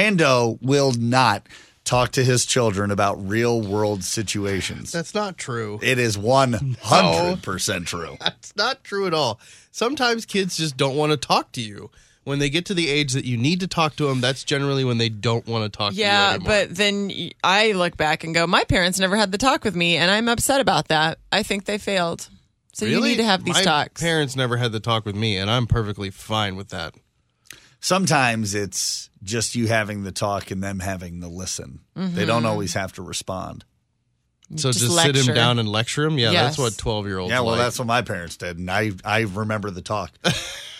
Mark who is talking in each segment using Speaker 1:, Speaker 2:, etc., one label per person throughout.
Speaker 1: Brando will not talk to his children about real world situations.
Speaker 2: That's not true.
Speaker 1: It is 100% true.
Speaker 2: That's not true at all. Sometimes kids just don't want to talk to you. When they get to the age that you need to talk to them, that's generally when they don't want to talk
Speaker 3: Yeah,
Speaker 2: to you. anymore.
Speaker 3: but then y- I look back and go, my parents never had the talk with me, and I'm upset about that. I think they failed. So you
Speaker 2: Really?
Speaker 3: need to have these
Speaker 2: My
Speaker 3: talks.
Speaker 2: Parents never had the talk with me, and I'm perfectly fine with that.
Speaker 1: Sometimes it's just you having the talk and them having the listen. They don't
Speaker 2: Mm-hmm.
Speaker 1: always have to respond.
Speaker 2: So
Speaker 3: Just
Speaker 2: just, sit
Speaker 3: lecture.
Speaker 2: him down and lecture him. Yeah,
Speaker 3: Yes.
Speaker 2: that's what twelve year olds.
Speaker 1: Yeah, well,
Speaker 2: like.
Speaker 1: that's what my parents did, and I I remember the talk.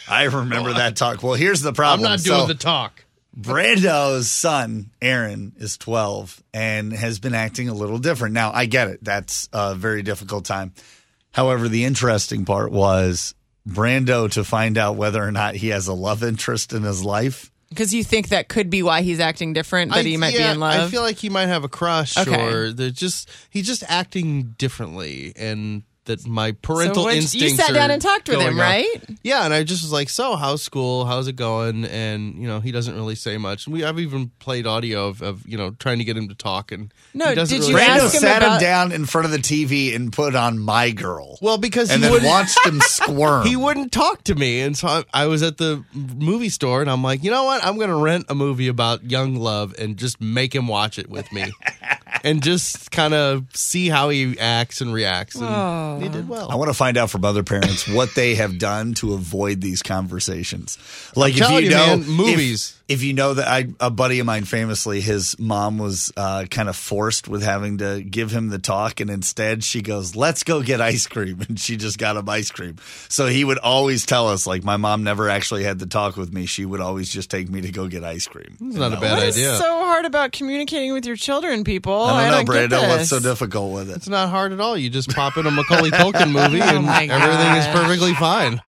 Speaker 1: I remember that talk. Well, here's the
Speaker 2: I'm
Speaker 1: problem.
Speaker 2: not doing
Speaker 1: So,
Speaker 2: the talk.
Speaker 1: Brando's son, Aaron, is 12 and has been acting a little different. Now, I get it. That's a very difficult time. However, the interesting part was Brando to find out whether or not he has a love interest in his life.
Speaker 3: Because you think that could be why he's acting different, that
Speaker 2: I-
Speaker 3: he might
Speaker 2: yeah,
Speaker 3: be in love.
Speaker 2: I feel like he might have a crush,
Speaker 3: Okay.
Speaker 2: or they're just he's just acting differently, and that my parental
Speaker 3: what'd you- you
Speaker 2: instincts.
Speaker 3: sat down
Speaker 2: are
Speaker 3: and talked with
Speaker 2: going
Speaker 3: him,
Speaker 2: off.
Speaker 3: right?
Speaker 2: Yeah, and I just was like, "So, how's school? How's it going?" And you know, he doesn't really say much. And we I've even played audio of, of you know trying to get him to talk, and
Speaker 3: No,
Speaker 2: he doesn't
Speaker 3: did
Speaker 2: really
Speaker 3: you
Speaker 2: say
Speaker 3: ask
Speaker 1: Brando
Speaker 2: much.
Speaker 3: him
Speaker 1: sat
Speaker 3: about-
Speaker 1: him down in front of the TV and put on My Girl
Speaker 2: Well, because
Speaker 1: and
Speaker 2: he
Speaker 1: then
Speaker 2: wouldn't.
Speaker 1: watched him squirm.
Speaker 2: he wouldn't talk to me, and so I, I was at the movie store, and I'm like, you know what? I'm going to rent a movie about young love and just make him watch it with me, and just kind of see how he acts and reacts. And he did well.
Speaker 1: I want to find out from other parents what they have done to avoid these conversations. Like if you,
Speaker 2: telling you,
Speaker 1: know
Speaker 2: man,
Speaker 1: if-
Speaker 2: movies.
Speaker 1: If, you know that I, a buddy of mine famously, his mom was uh, kind of forced with having to give him the talk, and instead she goes, "Let's go get ice cream," and she just got him ice cream. So he would always tell us, like, my mom never actually had the talk with me. She would always just take me to go get ice cream.
Speaker 2: It's not a bad
Speaker 3: What is
Speaker 2: idea.
Speaker 3: so hard about communicating with your children, people?
Speaker 1: I don't know,
Speaker 3: Oh, get
Speaker 1: Brando, what's
Speaker 3: this.
Speaker 1: so difficult with it?
Speaker 2: it's not hard at all. You just pop in a Macaulay Culkin movie, and
Speaker 3: Oh my
Speaker 2: everything is
Speaker 3: gosh.
Speaker 2: perfectly fine.